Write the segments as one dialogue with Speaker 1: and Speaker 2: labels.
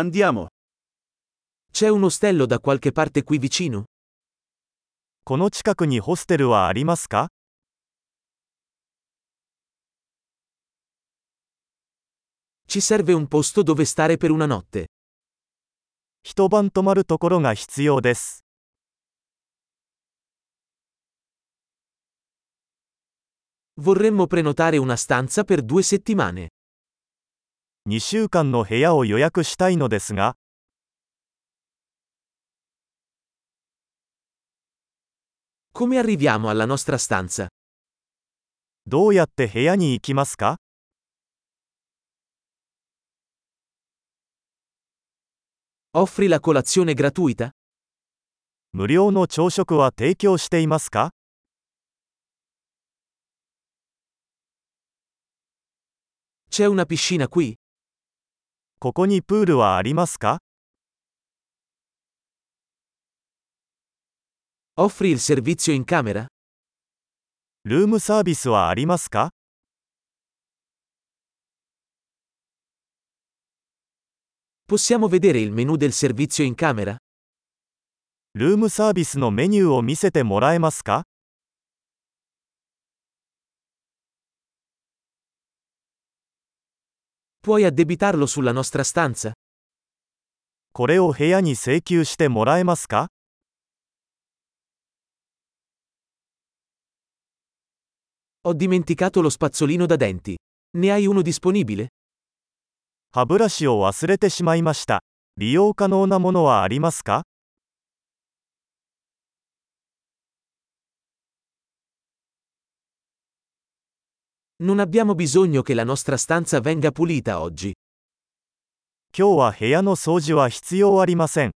Speaker 1: Andiamo.
Speaker 2: C'è un ostello da qualche parte qui vicino?
Speaker 3: この近くにホステルはありますか
Speaker 2: Ci serve un posto dove stare per una notte.
Speaker 3: 一晩泊まるところが必要です。
Speaker 2: Vorremmo prenotare una stanza per due settimane.
Speaker 3: 2週間の部屋を予約したいのですが、
Speaker 2: Come arriviamo alla nostra stanza?
Speaker 3: どうやって部屋に行きますか
Speaker 2: Offri la colazione gratuita?
Speaker 3: 無料の朝食は提供していますか
Speaker 2: C'è una piscina qui?
Speaker 3: ここにプールはありますか
Speaker 2: Offri il servizio in camera?
Speaker 3: ルームサービスはありますか
Speaker 2: Possiamo vedere il menu del servizio in camera?
Speaker 3: ルームサービスのメニューを見せてもらえますか
Speaker 2: Puoi addebitarlo sulla nostra stanza?
Speaker 3: これを部屋に請求してもらえますか
Speaker 2: Ho dimenticato lo spazzolino da denti. Ne hai uno disponibile?
Speaker 3: 歯ブラシを忘れてしまいました。利用可能なものはありますか
Speaker 2: Non abbiamo bisogno che la nostra stanza venga pulita oggi.
Speaker 3: 今日は部屋の掃除は必要ありません。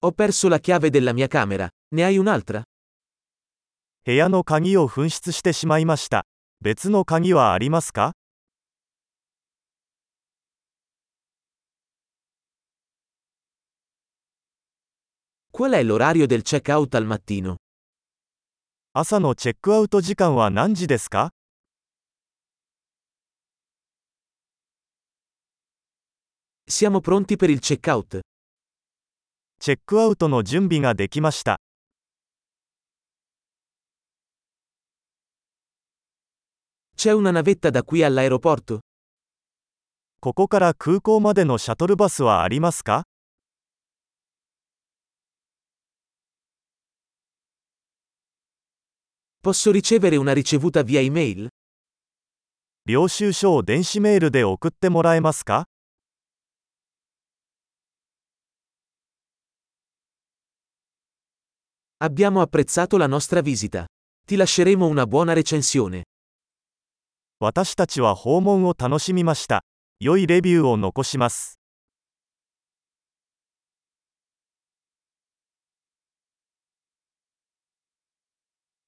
Speaker 2: Ho perso la chiave della mia camera. Ne hai un'altra?
Speaker 3: 部屋の鍵を紛失してしまいました。別の鍵はありますか
Speaker 2: Qual è l'orario del check-out al mattino?
Speaker 3: 朝のチェックアウト時間は何時ですか
Speaker 2: Siamo pronti per il check-out.
Speaker 3: チェックアウトの準備ができました。
Speaker 2: C'è una navetta da qui all'aeroporto?
Speaker 3: ここから空港までのシャトルバスはありますか
Speaker 2: Posso ricevere una ricevuta via email?
Speaker 3: 領収書を電子メールで送ってもらえますか
Speaker 2: Abbiamo apprezzato la nostra visita. Ti lasceremo una buona recensione.
Speaker 3: 私たちは訪問を楽しみました。良いレビューを残します。